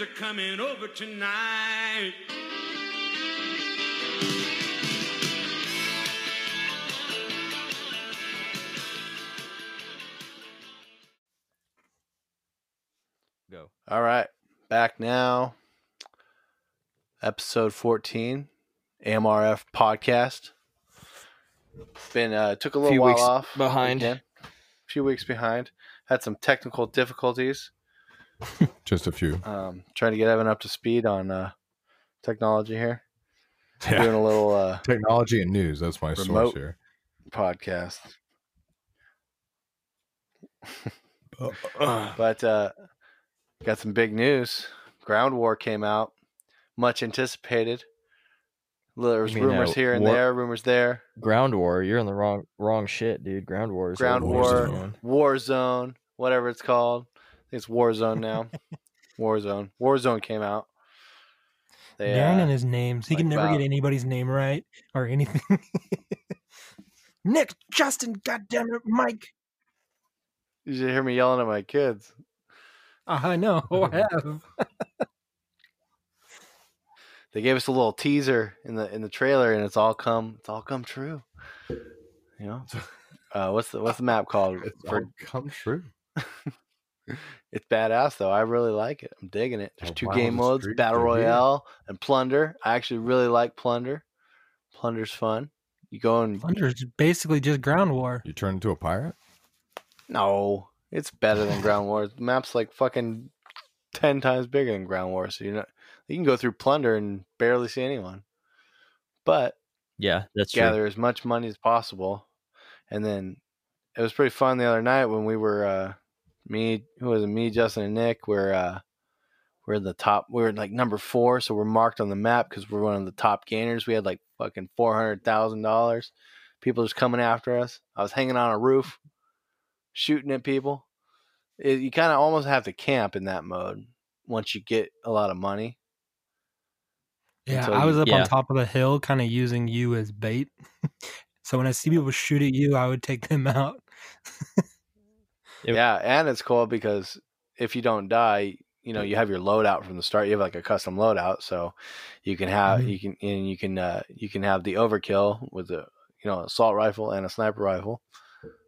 are coming over tonight. Go. All right. Back now. Episode 14, AMRF podcast. Been uh took a little Few while weeks off. behind. A few weeks behind. Had some technical difficulties. Just a few. Um trying to get Evan up to speed on uh technology here. Yeah. Doing a little uh Technology and news. That's my source Remote. here. podcast. But uh got some big news. Ground War came out, much anticipated. There was You mean, uh, rumors here and war- there, rumors there. Ground War. You're in the wrong wrong shit, dude. Ground War is Ground what we're War. doing. Warzone, whatever it's called. I think it's Warzone now. Warzone. Warzone came out. They, Darren uh, and his names. He can like, never wow. get anybody's name right or anything. Nick, Justin, goddamn it, Mike. you should hear me yelling at my kids. Uh, I know. I have. They gave us a little teaser in the in the trailer, and it's all come it's all come true. You know, uh, what's the what's the map called? For- come true. It's badass though. I really like it. I'm digging it. There's Oh, two wow, game the modes: streets battle are here. royale and plunder. I actually really like plunder. Plunder's fun. You go and Plunder's basically just ground war. You turn into a pirate? no, it's better than ground war. The map's like fucking ten times bigger than ground war. So you're not. You can go through plunder and barely see anyone, but Yeah, that's true. gather as much money as possible, and then it was pretty fun the other night when we were uh, me who was it, me Justin and Nick were uh, we're in the top we were like number four so we're marked on the map because we're one of the top gainers we had like fucking four hundred thousand dollars people just coming after us I was hanging on a roof shooting at people it, you kind of almost have to camp in that mode once you get a lot of money Yeah, so I you- was up Yeah. on top of the hill, kind of using you as bait. so when I see people shoot at you, I would take them out. It- yeah, and it's cool because if you don't die, you know, you have your loadout from the start. You have like a custom loadout, so you can have Mhm. you can and you can uh you can have the overkill with the you know assault rifle and a sniper rifle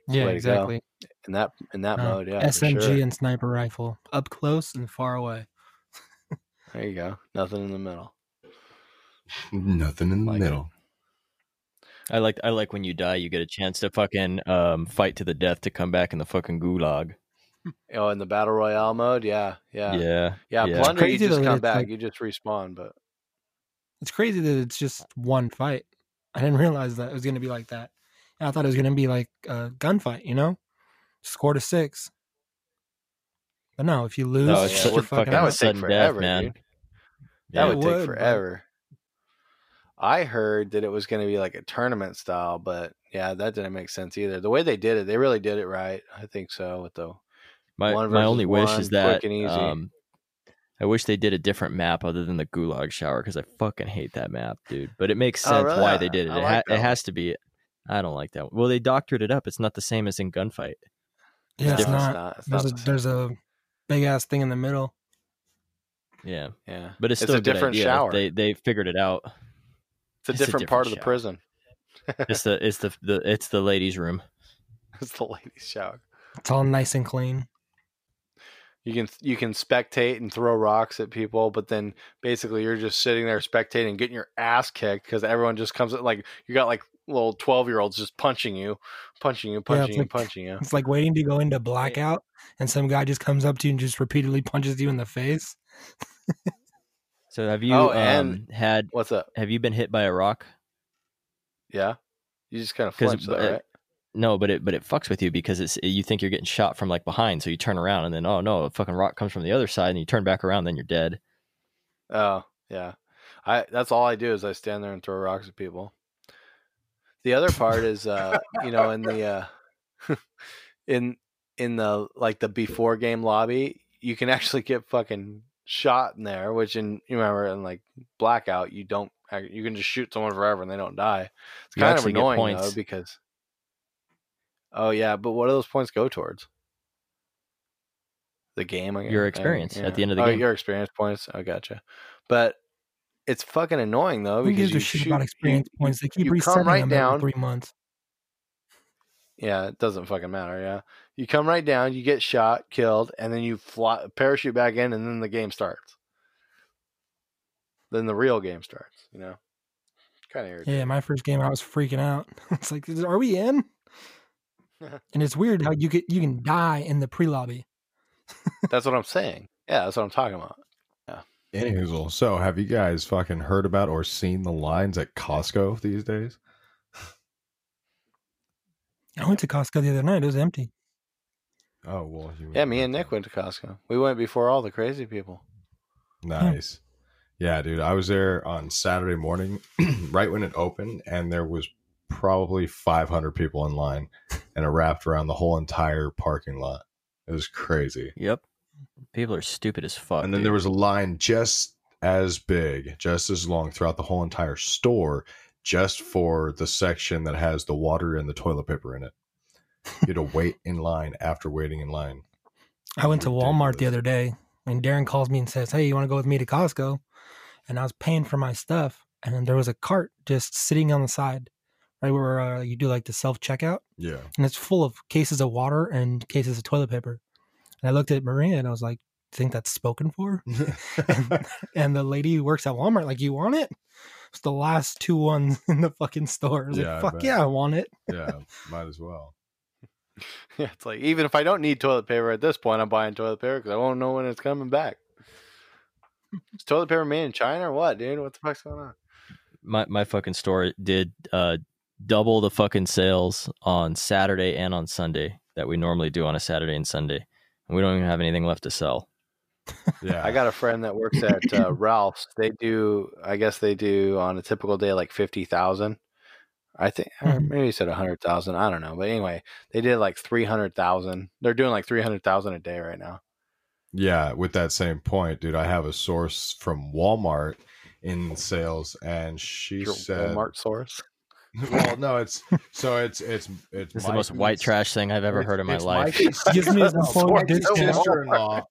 Yeah, way to go. exactly. in that in that Uh, mode. Yeah, for SMG sure. and sniper rifle, up close and far away. there you go. Nothing in the middle. Nothing in the Like it. middle. I like I like when you die, you get a chance to fucking um fight to the death to come back in the fucking gulag. Oh, in the battle royale mode, yeah, yeah, yeah. Yeah, yeah. Plunder, Crazy you just though that come it's back, like- you just respawn, but It's crazy that it's just one fight. I didn't realize that it was going to be like that. I thought it was going to be like a gunfight, you know, score to six. But no, if you lose, No, yeah, it's shut such your a fucking that would mouth. take sudden death, forever, man. dude. That Yeah. would It take would, but- forever. I heard that it was going to be like a tournament style, but yeah, that didn't make sense either. The way they did it, they really did it right. I think so. With the My One my versus only wish one, is quick that and easy. um, I wish they did a different map other than the Gulag Shower because I fucking hate that map, dude. But it makes Oh, sense really? why I- they did it. I it, like ha- that it one. has to be. I don't like that. one. Well, they doctored it up. It's not the same as in gunfight. Yeah, it's No, not. It's not. There's a, the same. there's a big ass thing in the middle. Yeah, yeah, but it's It's still a good different idea. shower. They they figured it out. it's a it's a different part of the different prison. It's the it's the, the it's the ladies' room. It's the ladies' shower. It's all nice and clean. You can you can spectate and throw rocks at people, but then basically you're just sitting there spectating, getting your ass kicked because everyone just comes like you got like little twelve year olds just punching you, punching you, punching you, like- punching you. It's like waiting to go into blackout, and some guy just comes up to you and just repeatedly punches you in the face. So have you Oh, um, and- had What's up? have you been hit by a rock? Yeah, you just kind of 'Cause- flinch, though, but, uh, right? No, but it but it fucks with you because it's you think you're getting shot from like behind, so you turn around and then oh no, a fucking rock comes from the other side, and you turn back around, then you're dead. Oh yeah, I that's all I do is I stand there and throw rocks at people. The other part is, uh, you know, in the uh, in in the like the before game lobby, you can actually get fucking shot in there. Which in you remember in like blackout, you don't ac- you can just shoot someone forever and they don't die. It's You kind of actually get annoying though points. because. Oh yeah, but what do those points go towards? the game. I guess. Your I- experience at the end of the Oh, game. Your experience points. I gotcha. But it's fucking annoying though Who because gives you a shit shoot, about experience you- points? They keep you come resetting right them down- every three months. yeah, it doesn't fucking matter. Yeah, you come right down, you get shot, killed, and then you fly, parachute back in, and then the game starts. Then the real game starts. You know, kind of irritating. Yeah, my first game, I was freaking out. It's like, "Is- are we in? and it's weird how you get you can die in the pre lobby. That's what I'm saying. Yeah, that's what I'm talking about. Anywho, so have you guys fucking heard about or seen the lines at Costco these days? I went to Costco the other night. It was empty. Oh well, you Yeah, me and Nick went to Costco. We went before all the crazy people. Nice. Yeah, dude. I was there on Saturday morning, right when it opened, and there was probably 500 people in line, and it wrapped around the whole entire parking lot. It was crazy. Yep. People are stupid as fuck. And then dude. there was a line just as big, just as long throughout the whole entire store, just for the section that has the water and the toilet paper in it. You had to wait in line after waiting in line. I went to Walmart the Ridiculous. other day, and Darren calls me and says, "Hey, you want to go with me to Costco?" And I was paying for my stuff, and then there was a cart just sitting on the side, right where uh, you do like the self checkout, Yeah. and it's full of cases of water and cases of toilet paper. And I looked at Maria and I was like, "Think that's spoken for?" And the lady who works at Walmart, like, "You want it?" It's the last two ones in the fucking store. I was Yeah, I like, "Fuck bet. yeah, I want it." yeah. Might as well. Yeah, it's like even if I don't need toilet paper at this point, I'm buying toilet paper because I won't know when it's coming back. Is toilet paper made in China or what, dude? What the fuck's going on? my my fucking store did uh double the fucking sales on Saturday and on Sunday that we normally do on a Saturday and Sunday. And we don't even have anything left to sell. Yeah. I got a friend that works at uh, Ralph's. They do, I guess they do on a typical day like fifty thousand. I think or Mhm. maybe he said a hundred thousand. I don't know, but anyway, they did like three hundred thousand. They're doing like three hundred thousand a day right now. Yeah, with that same point, dude, I have a source from Walmart in sales, and she Your said, Walmart source. "Well, no, it's so it's it's it's It's the most white Mikey's- trash thing I've ever it's- heard in my it's life. Mikey's Gives me his That's employee what I discount. told you. sister-in-law.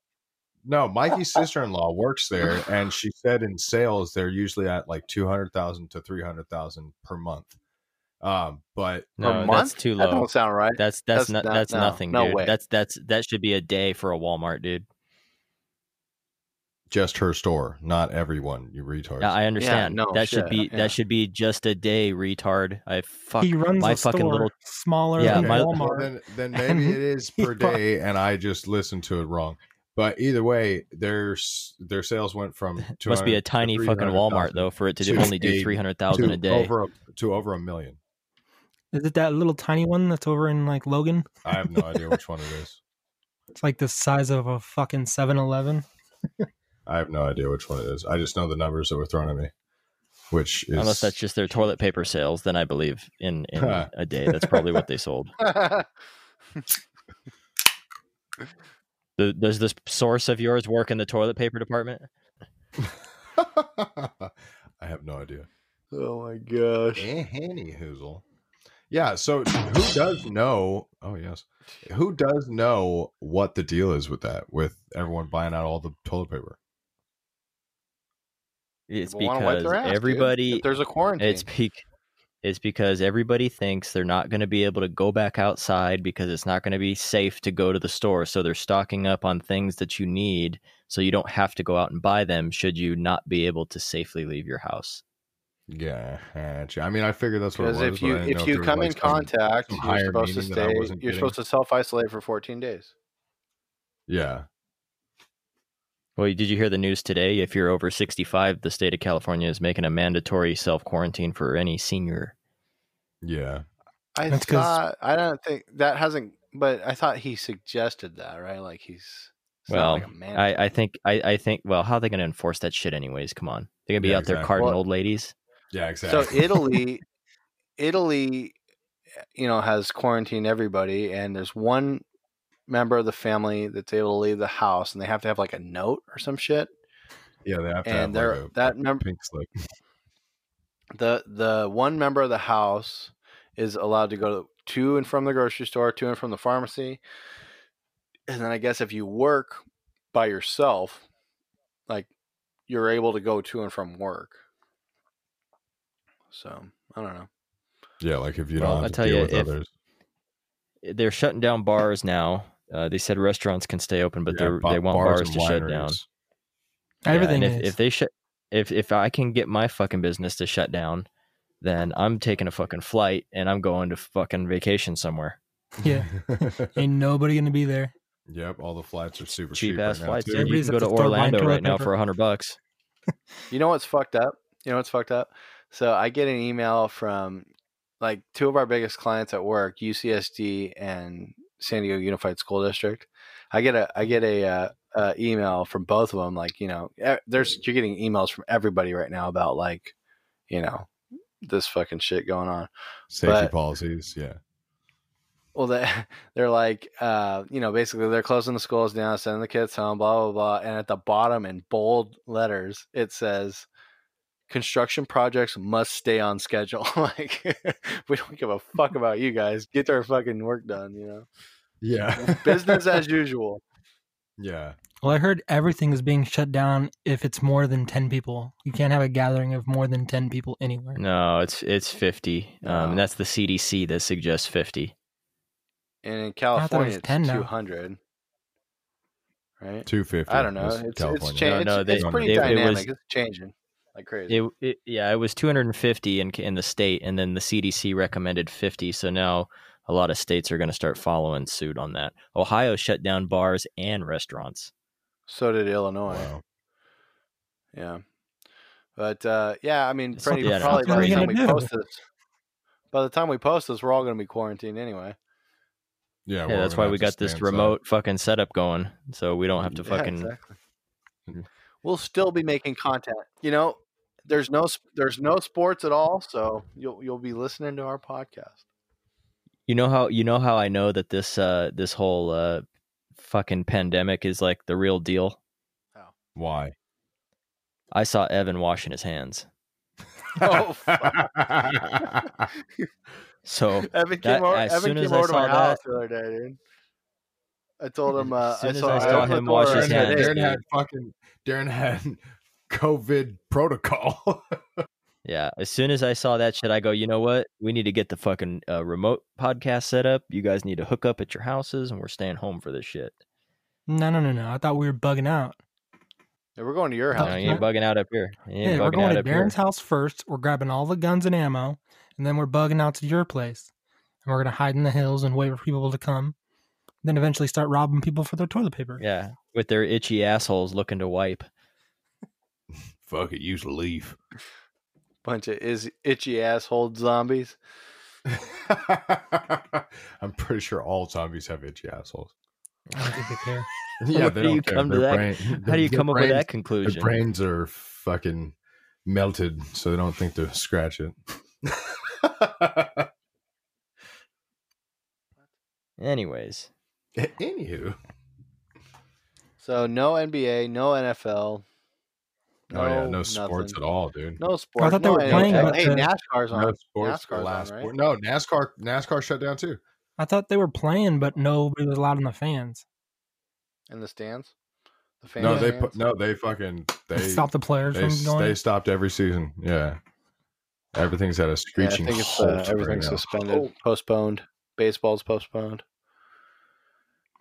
No, Mikey's sister-in-law works there, and she said in sales they're usually at like two hundred thousand to three hundred thousand per month. Um, but No, that's month? too That low. don't sound right. That's that's that's not not- that's no, nothing, no dude. way. That's that's that should be a day for a Walmart, dude. just her store, not everyone. You retards. Yeah, I understand. no that should shit, be yeah. that should be just a day, retard. I fuck He runs my a fucking store little smaller Yeah, than my- well, Walmart. then, then and maybe it is he per bought- day, and I just listened to it wrong. But either way, their s- their sales went from must be a 200 to tiny fucking Walmart 300,000 though for it to do, to only do a- three hundred thousand to a day. over a, to over a million. Is it that little tiny one that's over in like Logan? I have no idea which one it is. It's like the size of a fucking 7 Eleven. I have no idea which one it is. I just know the numbers that were thrown at me, which is Unless that's just their toilet paper sales, then I believe in in Huh. a day. That's probably what they sold. Th- Does this source of yours work in the toilet paper department? I have no idea. oh my gosh. Eh, Henny hoozle. Yeah, so who does know? Oh yes, who does know what the deal is with that? With everyone buying out all the toilet paper? It's People wanna wipe because their ass, dude. everybody. If there's a quarantine. It's peak. It's because everybody thinks they're not going to be able to go back outside because it's not going to be safe to go to the store. So they're stocking up on things that you need, so you don't have to go out and buy them. Should you not be able to safely leave your house? Yeah, gotcha. I mean, I figured that's what it Because was. if but I you if didn't know there you was, come like, in some- contact, some you're higher supposed to meaning that I stay. You're wasn't getting. supposed to self isolate for 14 days. yeah, Well, did you hear the news today? If you're over 65, the state of California is making a mandatory self quarantine for any senior. yeah. I That's 'cause- thought I don't think that hasn't. But I thought he suggested that, right? Like he's it's not well, like a man. I, I think I, I think. Well, how are they going to enforce that shit anyways? Come on, they're going to be Yeah, out there exactly. carding Well- old ladies. Yeah, exactly. so Italy, Italy, eh, you know, has quarantined everybody, and there's one member of the family that's able to leave the house, and they have to have like a note or some shit. yeah, they have to and have there, like a that member, pink slip. the the one member of the house is allowed to go to and from the grocery store, to and from the pharmacy, and then I guess if you work by yourself, like you're able to go to and from work. So I don't know. Yeah, like if you Well, don't I have to tell deal you, with if- others. They're shutting down bars now. Uh, they said restaurants can stay open, but Yeah, they're ba- they want bars, bars and to shut down. wineries. Yeah, and Everything if, is. if they shut, if if I can get my fucking business to shut down, then I'm taking a fucking flight and I'm going to fucking vacation somewhere. Ain't nobody gonna be there. yep, all the flights are super cheap, Cheap ass right flights. now. dude. too. You Everybody's can at go to the third line Orlando toilet right now paper. for hundred bucks. You know what's fucked up? You know what's fucked up? So I get an email from like two of our biggest clients at work, UCSD and San Diego Unified School District. I get a I get a uh, uh, email from both of them. Like you know, e- there's you're getting emails from everybody right now about like you know this fucking shit going on. Safety But- policies, yeah. Well, they, they're like, uh, you know, basically they're closing the schools down, sending the kids home, blah, blah, blah. And at the bottom in bold letters, it says, construction projects must stay on schedule. like, we don't give a fuck about you guys. Get our fucking work done, you know? Yeah. Business as usual. yeah. Well, I heard everything is being shut down if it's more than ten people. You can't have a gathering of more than ten people anywhere. No, it's it's fifty. Um, No. and that's the CDC that suggests fifty. And in thought it was California, it's 10 now. 200 right? 250. I don't know. is It's, it's, California. changing. No, no, it's, they- it's pretty it- it was- dynamic. it's changing like crazy. It, it yeah, it was two hundred and fifty in in the state, and then the CDC recommended fifty. So now a lot of states are going to start following suit on that. Ohio shut down bars and restaurants. so did Illinois. Wow. Yeah. But uh, yeah, I mean, It's pretty, something that probably by happens. the time What are we you gonna post this, by the time we post this, we're all going to be quarantined anyway. Yeah, Yeah, we're that's gonna why have we to got stay this inside. remote fucking setup going, so we don't have to Yeah, fucking. Mm-hmm. exactly. Mhm. We'll still be making content. You know, there's no sp- there's no sports at all, so you'll you'll be listening to our podcast. You know how you know how I know that this uh this whole uh fucking pandemic is like the real deal. Why? I saw Evan washing his hands, Oh, so Evan That- came over. as Evan soon as came I over to my saw house the other day, dude. I told him. Uh, As soon I as saw, I saw opened the him wash door his Darren, and I had, hands, did. Darren had fucking Darren had COVID protocol. Yeah, as soon as I saw that shit, I go, you know what? We need to get the fucking uh, remote podcast set up. You guys need to hook up at your houses, and we're staying home for this shit. No, no, no, no. I thought we were bugging out. Yeah, we're going to your You, know, house. you ain't bugging out up here. You ain't Hey, we're bugging going out to up here. Darren's house first. We're grabbing all the guns and ammo, and then we're bugging out to your place. And we're gonna hide in the hills and wait for people to come. Then eventually start robbing people for their toilet paper. Yeah, with their itchy assholes looking to wipe. Fuck it, use leaf. Bunch of is itchy asshole zombies. I'm pretty sure all zombies have itchy assholes. I don't think they care. Where do you come to that- How do you come up with that Their conclusion? brains are fucking melted, so they don't think to scratch it. Anyways, Anywho, So no NBA, no NFL. oh yeah, no sports nothing. at all, dude. No sports. thought they no were playing, NFL. but Hey, the- NASCAR's on. No sports. NASCAR's the last on, right? sport- No NASCAR. NASCAR shut down too. I thought they were playing, but nobody was allowed in the fans. in the stands. The fans. No, Yeah. they put. No, they fucking. They Stop the players They, from they going. stands. stopped every season. Yeah. Everything's at a Yeah, I screeching think it's halt. uh, right everything's now. suspended, Oh, postponed. Baseball's postponed.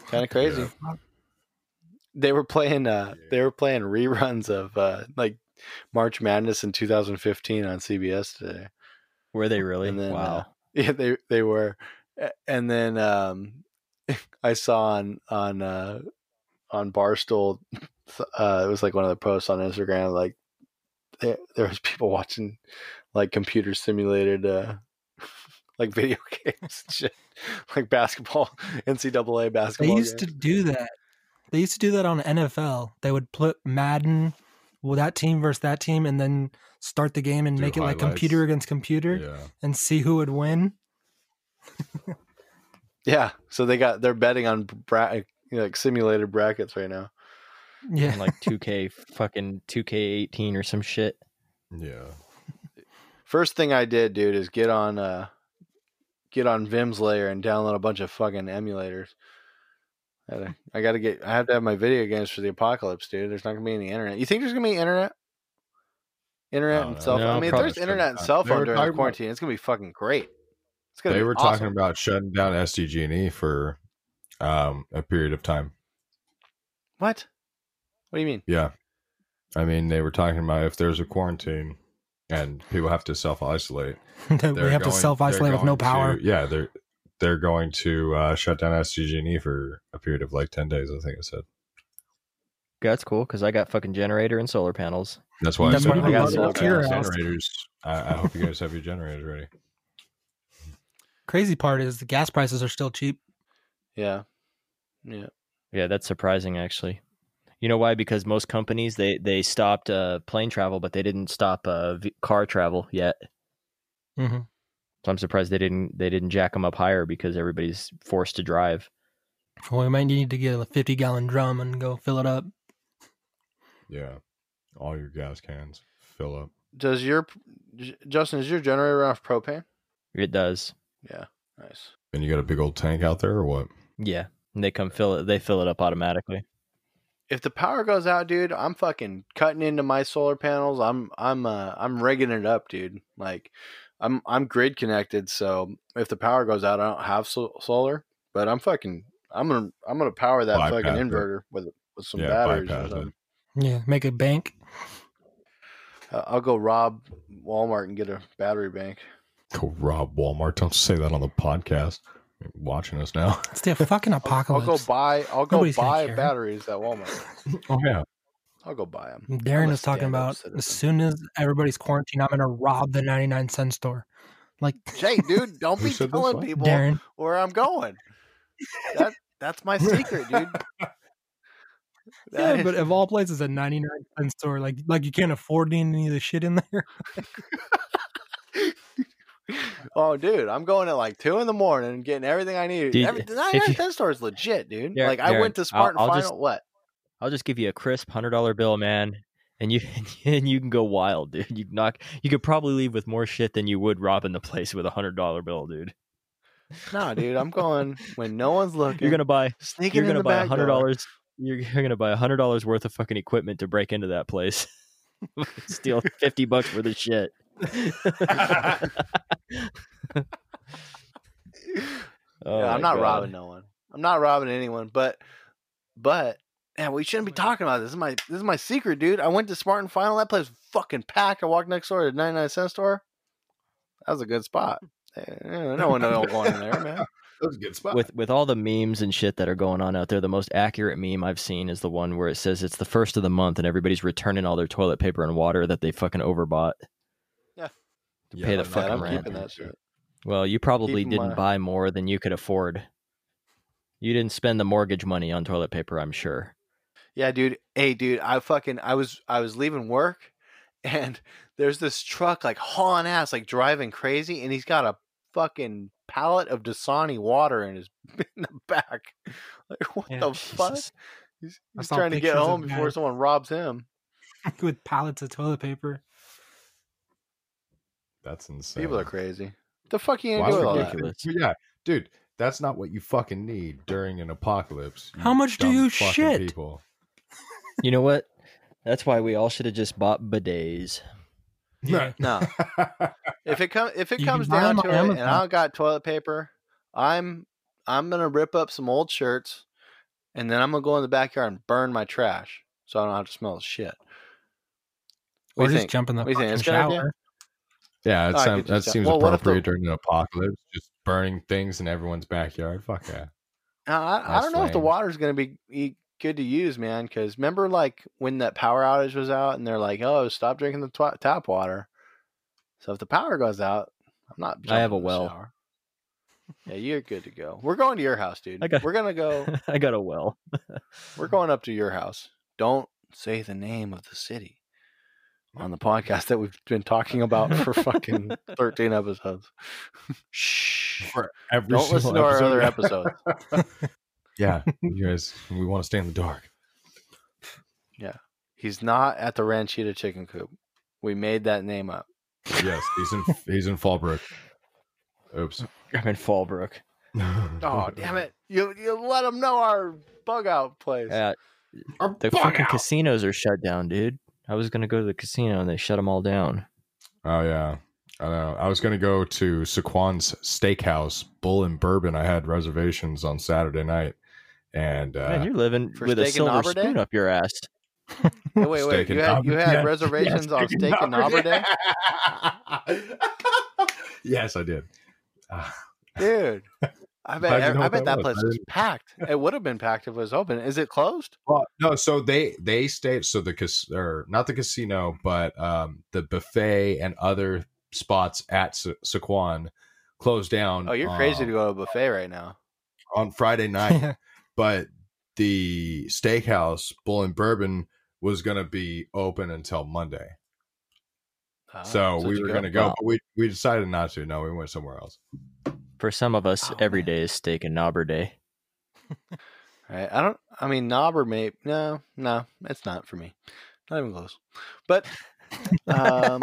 Kind of crazy. They were playing. Uh, they were playing reruns of uh, like March Madness in 2015 on CBS today. were they really? And then, uh, wow. Yeah, they they were, A- and then um, I saw on on uh, on Barstool, uh, it was like one of the posts on Instagram. Like there, there was people watching like computer simulated uh, like video games, and shit, like basketball, NCAA They basketball. used to do that. They used to do that on NFL. They would put Madden, well, that team versus that team, and then start the game and Do make it like highlights. computer against computer Yeah. and see who would win. yeah. So they got they're betting on bra- you know, like simulated brackets right now. Yeah. And like 2K fucking 2K18 or some shit. Yeah. First thing I did, dude, is get on uh get on Vim's layer and download a bunch of fucking emulators. Gotta- I gotta get. I have to have my video games for the apocalypse, dude. There's not gonna be any internet. You think there's gonna be internet? Internet No, and cell. no, phone. I mean, if probably there's shouldn't internet and have. cell They phone were during talking the about- quarantine, it's gonna be fucking great. It's gonna They be were awesome. talking about shutting down SDG&E E for um, a period of time. what? What do you mean? Yeah. I mean, they were talking about if there's a quarantine and people have to self isolate, That we have to self isolate with no power. yeah, they're they're going to uh, shut down SDG&E for a period of like ten days. I think I said That's cool because I got fucking generator and solar panels. that's why. That's I, why said, we I got got to your house. generators. I, I hope you guys have your generators ready. Crazy part is the gas prices are still cheap. Yeah. Yeah. Yeah, that's surprising actually. You know why? Because most companies they they stopped uh, plane travel, but they didn't stop uh, v- car travel yet. Mm-hmm. So I'm surprised they didn't they didn't jack them up higher because everybody's forced to drive. Well, we might need to get a 50 gallon drum and go fill it up. Yeah, all your gas cans fill up. Does your J- Justin? Is your generator run off propane? It does. Yeah. Nice. And you got a big old tank out there, or what? Yeah, and they come fill it. They fill it up automatically. if the power goes out, dude, I'm fucking cutting into my solar panels. I'm I'm uh, I'm rigging it up, dude. Like I'm I'm grid connected, so if the power goes out, I don't have sol- solar, but I'm fucking I'm going to I'm going to power that Bypass fucking it. inverter with with some Yeah, batteries bypass or it. something. Yeah, make a bank. Uh, I'll go rob Walmart and get a battery bank. Go rob Walmart. Don't say that on the podcast. You're watching us now. It's the fucking I'll apocalypse. go buy I'll go Nobody's gonna buy care. batteries at Walmart. Oh yeah. I'll go buy them. Darren was talking about as soon as everybody's quarantined, I'm going to rob the 99 cent store. Like, Jay, dude, don't Who be said this? telling What? people Darren, where I'm going. That that's my secret, dude. That Yeah, is- but of all places, a ninety nine cent store, like like you can't afford any of the shit in there. oh, dude, I'm going at like two in the morning and getting everything I need. Dude, Every, if the 99 you- cent store is legit, dude. Dar- like I went Darren, to I'll- Smart I'll and Final. just- what? I'll just give you a crisp hundred dollar bill, man, and you and you can go wild, dude. You can knock. You could probably leave with more shit than you would robbing the place with a hundred dollar bill, dude. No, dude, I'm going when no one's looking. You're gonna buy. sneaking You're in gonna the buy a back hundred door. dollars. You're, you're gonna buy a hundred dollars worth of fucking equipment to break into that place. Steal fifty bucks worth of shit. Oh yeah, my I'm not God. robbing no one. I'm not robbing anyone, but but man, we shouldn't be Mm-hmm. talking about this. This is my this is my secret, dude. I went to Smart and Final. That place was fucking packed. I walked next door to the 99 cent store. That was a good spot. Eh, No one knows going in there, man. That was a good spot. with with all the memes and shit that are going on out there, the most accurate meme I've seen is the one where it says it's the first of the month and everybody's returning all their toilet paper and water that they fucking overbought. Yeah. To Yeah, pay the I'm not- fucking I'm rent. keeping that shit. Well, you probably Keep 'em didn't on. buy more than you could afford. You didn't spend the mortgage money on toilet paper, I'm sure. Yeah, dude. Hey, dude. I fucking I was I was leaving work, and there's this truck like hauling ass, like driving crazy, and he's got a fucking pallet of Dasani water in his in the back. Like what Yeah, the fuck? Jesus. He's, I he's saw trying to get pictures of home before that. someone robs him. with pallets of toilet paper. That's insane. People are crazy. The fuck you gonna Why do would with all you that? ridiculous. think- Yeah, dude, that's not what you fucking need during an apocalypse. How much do dumb you fucking shit? People. You know what? That's why we all should have just bought bidets. Yeah. No, if it comes if it You can comes buy 'em down to on it, and I Amazon. don't got toilet paper, I'm I'm gonna rip up some old shirts, and then I'm gonna go in the backyard and burn my trash, so I don't have to smell the shit. What Or do you just think? jump in the What do you think? fucking It's a good idea? shower. yeah, Oh, that, I sound, could that just- seems well, what if the- appropriate during an apocalypse. Just burning things in everyone's backyard. Fuck yeah. Now, I, I That's don't know if the lame. water's gonna be e- good to use, man. Because remember, like when that power outage was out, and they're like, "Oh, stop drinking the twa tap water." So if the power goes out, I'm not. I jumping have a in the well. shower. Yeah, you're good to go. We're going to your house, dude. I got- We're gonna go. I got a well. We're going up to your house. Don't say the name of the city on the podcast that we've been talking about for fucking 13 episodes. Shh. For every Don't single listen to our other episode. episodes. yeah, you guys, we want to stay in the dark. He's not at the Ranchita Chicken Coop. We made that name up. Yes, he's in he's in Fallbrook. Oops. I'm in Fallbrook. Oh, damn it. You you let him know our bug out place. Yeah, Our the bug fucking out. casinos are shut down, dude. I was gonna go to the casino and they shut them all down. Oh yeah, I know. I was gonna go to Saquon's Steakhouse Bull and Bourbon. I had reservations on Saturday night, and uh, Man, you're living For with a steak and silver knobber day? spoon up your ass. Hey, wait, wait. Steak You and had, knobber- you had yeah, reservations yes, on steak and knobber day? yes, I did. Uh, Dude, I bet, How'd you know I what bet that that was? place I was didn't- packed. It would have been packed if it was open. Is it closed? well, no, so they they stayed. So the cas- or not the casino, but um, the buffet and other spots at Sa- Saquon closed down. Oh, you're crazy um, to go to a buffet right now. on Friday night. Yeah. but the steakhouse bull and bourbon was going to be open until monday Ah, so we did you were going to go Wow. but we, we decided not to no we went somewhere else For some of us, Oh, every man. day is steak and knobber day. Right. I don't. I mean, knob or maybe no, no, it's not for me. Not even close. But um,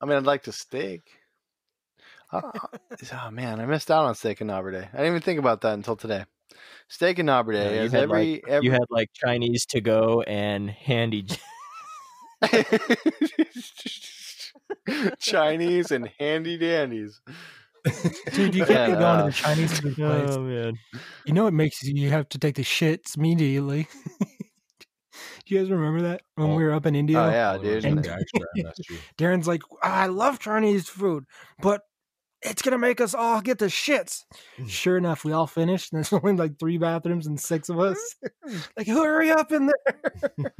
I mean, I'd like to steak. Oh, oh man, I missed out on steak and knobber day. I didn't even think about that until today. Steak and knobber day Yeah, you is had, every every. You had like Chinese to go and handy. j- Chinese and handy dandies. Dude, you Yeah, can't be going to uh, the Chinese food place. Oh man, You know what makes you you have to take the shits immediately. Do you guys remember that when we were up in India? Oh yeah, dude. And- Yeah, extra MSG. Darren's like, I love Chinese food, but it's gonna make us all get the shits. Mm. Sure enough, we all finished, and there's only like three bathrooms and six of us. Mm. like, hurry up in there!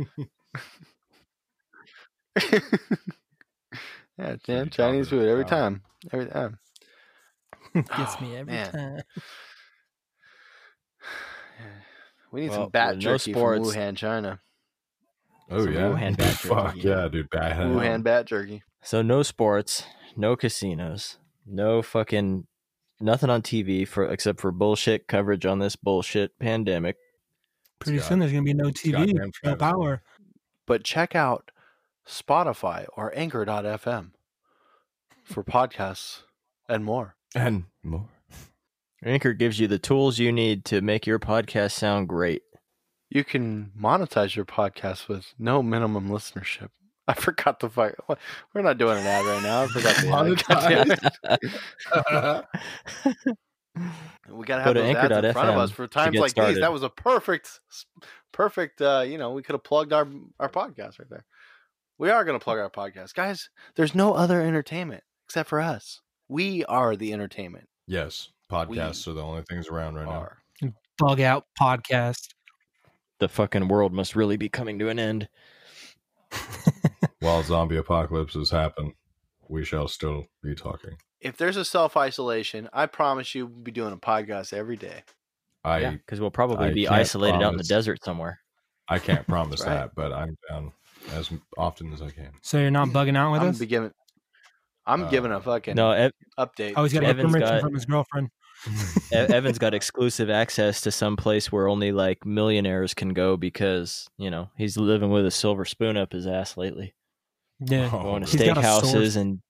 yeah, Pretty damn Chinese dominant food every power. time. Every time. Gets Oh, me every man. time. We need Well, some bat with no jerky sports- from Wuhan, China. oh Some yeah Wuhan bat fuck jerky. yeah dude bad Wuhan bat jerky. So no sports, no casinos, no fucking nothing on TV for except for bullshit coverage on this bullshit pandemic. Pretty Scott- soon there's gonna be no TV, goddamn no travesty. power. But check out Spotify or Anchor.fm for podcasts and more. and more Anchor gives you the tools you need to make your podcast sound great. You can monetize your podcast with no minimum listenership. I forgot the fuck. what- We're not doing an ad right now. I forgot the ad. Monetize. Goddamn. We gotta have Go to those ads in front of anchor.fm us for times get like these. started. That was a perfect, perfect. Uh, you know, we could have plugged our our podcast right there. We are gonna plug our podcast, guys. There's no other entertainment except for us. We are the entertainment. yes podcasts are the only things around right now Are. Bug out podcast. The fucking world must really be coming to an end. while zombie apocalypses happen we shall still be talking If there's a self isolation, I promise you, we'll be doing a podcast every day. i because we'll probably I be can't isolated out in the promise. desert somewhere. i can't promise right. that but i'm down as often as i can So you're not bugging out with I'm us? be giving. I'm Uh, giving a fucking No, Ev- update. Oh, he's got to get Evan's permission got- from his girlfriend. E- Evan's got exclusive access to some place where only like millionaires can go because you know he's living with a silver spoon up his ass lately. Yeah. Oh, Going to He's got a source. steakhouses and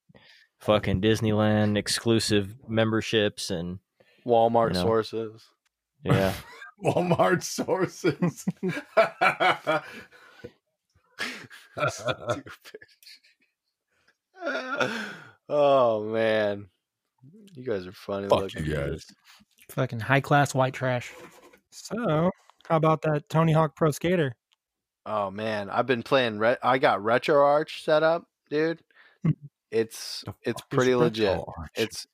fucking Disneyland exclusive memberships and Walmart you know. sources. yeah. Walmart sources. Stupid. oh man, you guys are funny. Fuck looking. you guys. Fucking high class white trash. So, how about that Tony Hawk Pro Skater? Oh man, I've been playing. Re- I got RetroArch set up, dude. It's Mm. The it's fuck is pretty legit. Retro Arch? It's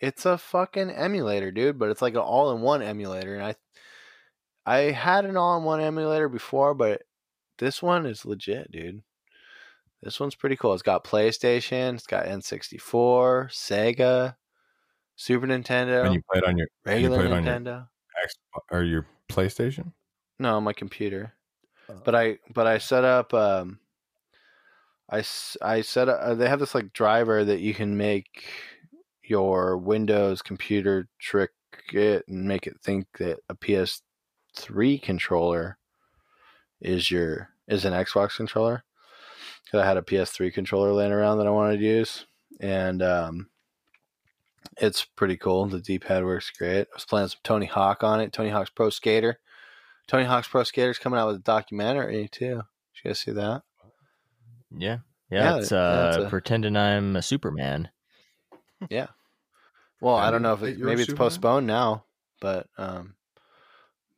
it's a fucking emulator, dude. But it's like an all-in-one emulator, and I I had an all-in-one emulator before, but this one is legit, dude. This one's pretty cool. It's got PlayStation, it's got N64, Sega, Super Nintendo, and you played on your you regular play it on your- Nintendo. X or your PlayStation. No, on my computer. But I but I set up um I s- I set up uh, they have this like driver that you can make your Windows computer trick it and make it think that a PS3 controller is your is an Xbox controller. Cuz I had a PS3 controller laying around that I wanted to use and um It's pretty cool. The D pad works great. I was playing some Tony Hawk on it. Tony Hawk's Pro Skater. Tony Hawk's Pro Skater's coming out with a documentary too. Did you guys see that? Yeah. Yeah, Yeah, it's yeah, uh, it's a- pretending I'm a Superman. Yeah. Well, I Yeah, don't know if that it, you're a maybe it's Superman? postponed now, but um,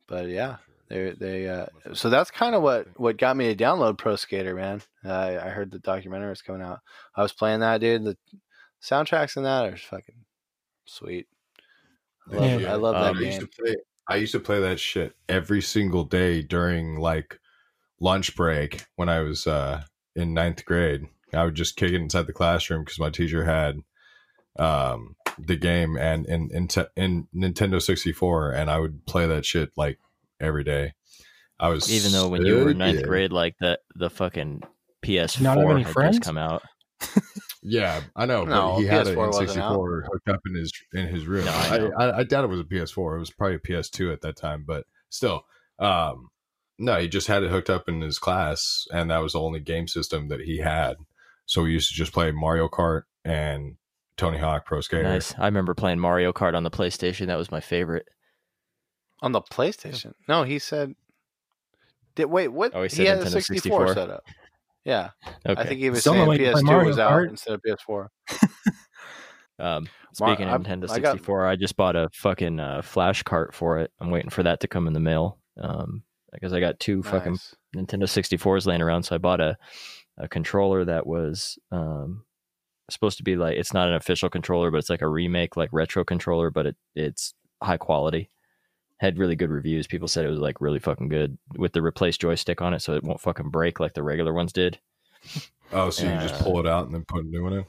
but yeah, they they uh, so that's kind of what what got me to download Pro Skater, man. I I heard the documentary was coming out. I was playing that, dude. The soundtracks in that are fucking sweet. I love, Yeah. I love Um, that I used to game. play. I used to play that shit every single day during like lunch break when I was uh, in ninth grade. I would just kick it inside the classroom because my teacher had um, the game and in, in te- in Nintendo sixty four, and I would play that shit like every day. I was Even though when you were in ninth stupid. grade, like the the fucking PS4 Not have any had friends? just come out. Yeah, I know, No, but he had an PS4 wasn't out. N64 hooked up in his in his room. No, I I, know. I, I doubt it was a PS4. It was probably a PS2 at that time, but still, um, no, he just had it hooked up in his class, and that was the only game system that he had. So we used to just play Mario Kart and Tony Hawk Pro Skater. Nice. I remember playing Mario Kart on the PlayStation. That was my favorite. On the PlayStation. No, he said. Did wait what? Oh, he, he said had a Nintendo sixty 64. four set up. Yeah, Okay. I think he was Some saying way to play PS2 Mario was out Kart. instead of PS4. Um, Mar- speaking I- of Nintendo I got- 64, I, just bought a fucking uh, flash cart for it. I'm waiting for that to come in the mail. Um, because I got two fucking Nice. Nintendo 64s laying around, so I bought a a controller that was um supposed to be like it's not an official controller, but it's like a remake, like retro controller, but it it's high quality. Had really good reviews. People said it was like really fucking good with the replaced joystick on it, so it won't fucking break like the regular ones did. Oh, so you Yeah. just pull it out and then put a new one in.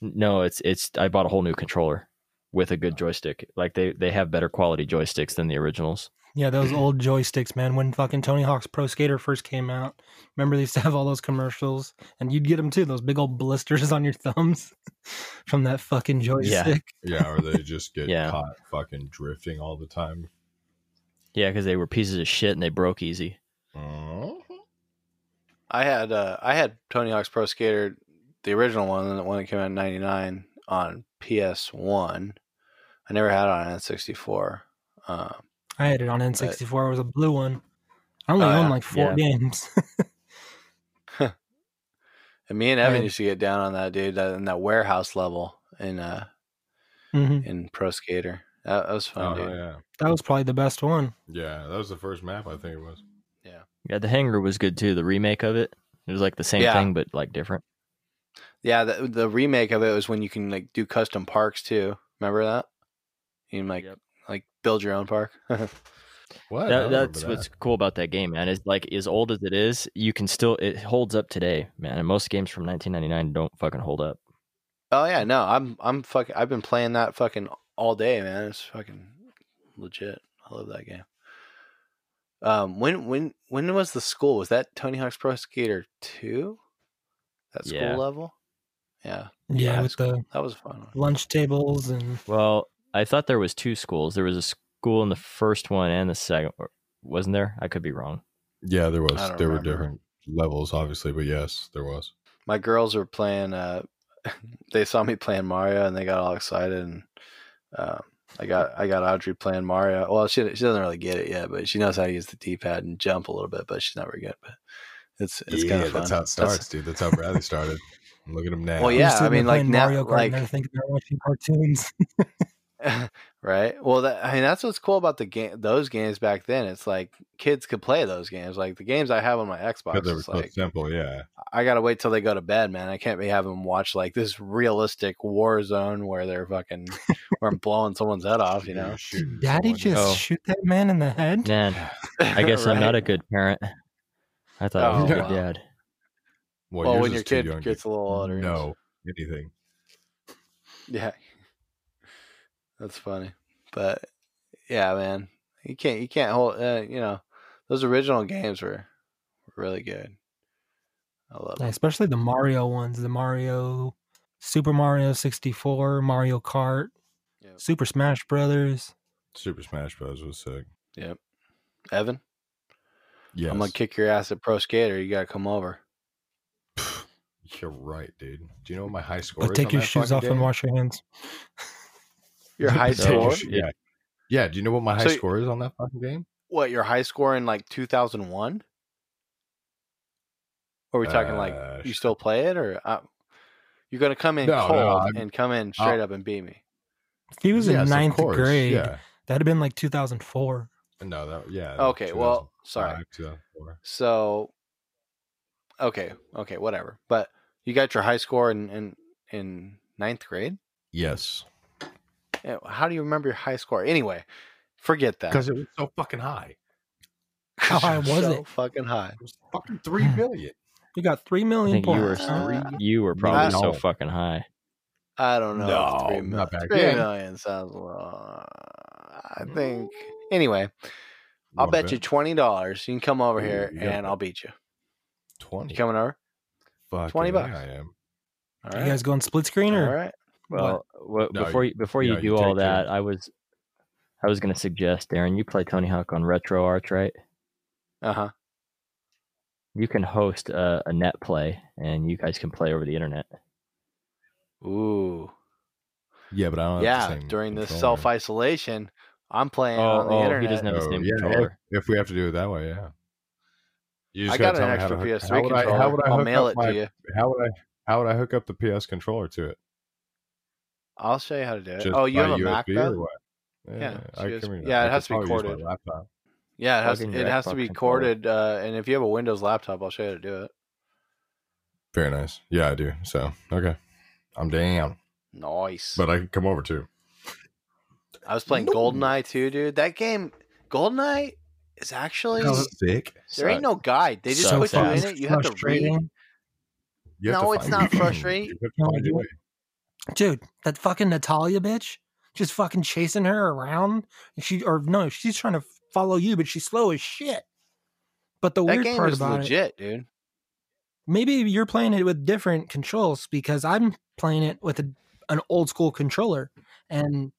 No, it's it's I bought a whole new controller with a good joystick. Like they they have better quality joysticks than the originals. Yeah, those old joysticks, man. When fucking Tony Hawk's Pro Skater first came out, remember they used to have all those commercials, and you'd get them too. Those big old blisters on your thumbs from that fucking joystick. Yeah, or they just get Yeah. caught fucking drifting all the time. Yeah, because they were pieces of shit and they broke easy. Mhm. Mm-hmm. I had uh, I had Tony Hawk's Pro Skater, the original one, and the one that came out in '99 on PS One. I never had it on N64. Uh, I had it on N64. It was a blue one. I only Oh, own yeah. like four Yeah. games. and me and Evan Right. used to get down on that dude that, in that warehouse level in uh, Mhm. in Pro Skater. That, that was fun, Oh dude. yeah, That was probably the best one. yeah. That was the first map I think it was. Yeah, the hanger was good too. The remake of it, it was like the same Yeah. thing but like different. Yeah, the, the remake of it was when you can like do custom parks too. Remember that? You can like Yep. like build your own park. What? I That, don't remember that's that. what's cool about that game, man. It's like as old as it is, you can still it holds up today, man. And most games from 1999 don't fucking hold up. Oh yeah, no, I'm I'm fucking I've been playing that fucking all day, man. It's fucking legit. I love that game. Um, when when when was the school? Was that Tony Hawk's Pro Skater two? That school Yeah. level? Yeah, Yeah, Yeah, with the that was a fun. One. lunch tables and Well, I thought there was two schools. There was a school in the first one and the second, or- wasn't there? I could be wrong. Yeah, there was. I don't There were remember. different levels, obviously, but yes, there was. My girls were playing. Uh, they saw me playing Mario and they got all excited. And um, I got I got Audrey playing Mario. Well, she she doesn't really get it yet, but she knows how to use the D pad and jump a little bit. But she's not very good. But it's it's kind of fun. that's how it starts, dude. That's how Bradley started. And Look at him now. Well, They're yeah, I sitting there mean, like, playing now- Mario Kart like- and they're thinking they're watching cartoons. right well that, i mean that's what's cool about the game those games back then it's like kids could play those games like the games i have on my xbox because they were it's so like simple. Yeah, i gotta wait till they go to bed man i can't be having them watch like this realistic war zone where they're fucking where i'm blowing someone's head off you know Shooting Daddy someone. just Oh. shoot that man in the head. Man, I guess I'm not a Right? good parent. I thought I was a Oh, good wow. dad. Well, well yours when is your too kid young to gets a little older yes. know anything. yeah that's funny but yeah man you can't you can't hold uh, you know those original games were really good i love them. Especially the Mario ones, the Mario, Super Mario 64, Mario Kart, Yeah. Super Smash Brothers. Super Smash Bros was sick. yep evan Yeah, I'm gonna kick your ass at Pro Skater. You gotta come over. You're right, dude. Do you know what my high score But is? take on your that shoes fucking off and game? wash your hands. Your high Take your score? sho- Yeah. Yeah. Do you know what my high So- score is on that fucking game? What, your high score in like 2001? Or are we talking like Uh, you sh- still play it or uh, you're going to come in No, no, cold I'm- and come in straight up and beat me? If he was Yes, in of ninth course, grade, Yeah. that'd have been like 2004. No, that, yeah. Okay, well, sorry. 2005, 2004. So, okay, okay, whatever. But you got your high score in in, in ninth grade. Yes. Eh, How do you remember your high score? Anyway, forget that. Because it was so fucking high. How high was so it? Fucking high. It was fucking 3 million. You got three I million think you were points. Uh, you were probably so No. fucking high. I don't know. if No, three not mil- back three then. million sounds a little- I Mm, think. Anyway, I'll Wanna bet you twenty dollars. You can come over Ooh, here you gotta and I'll beat you. 20. You coming over? Fucking 20 bucks. yeah, I am. All You guys going split screen All or right. Well, well No, before you, before you yeah, do you all take that, yours. I was I was gonna suggest, Darren, you play Tony Hawk on Retro Arch, right? Uh huh. You can host a, a net play, and you guys can play over the internet. Ooh. Yeah, but I don't have the Yeah. same During this controller. self isolation, I'm playing on the oh, internet. he doesn't have the Oh, same yeah, if- controller. If, we have to do it that way, yeah. You I got gotta an tell me how extra to hook- PS3 how would I- controller. how would I will hook mail up it my- to you. How would I? How would I hook up the PS controller to it? I'll show you how to do it. Just oh, you by have a Mac USB or though? what? Yeah, it's I USB. can read Yeah, I it could has to be probably use my corded. laptop. Yeah, it has Plug in it your has to Xbox be controller. corded. Uh, and if you have a Windows laptop, I'll show you how to do it. Very nice. Yeah, I do. So okay, I'm down, Nice. but I can come over too. I was playing GoldenEye too, dude. That game, GoldenEye, is actually Sick. there ain't no guide. They just So put you in fast. it. You have to read. frustrating. You have to No, it's find- not frustrating. You have to No, find your you- way. dude. That fucking Natalia bitch, just fucking chasing her around. And she or no, she's trying to follow you, but she's slow as shit. But the That weird game part is about it, legit, dude. maybe you're playing it with different controls because I'm playing it with a, an old school controller, and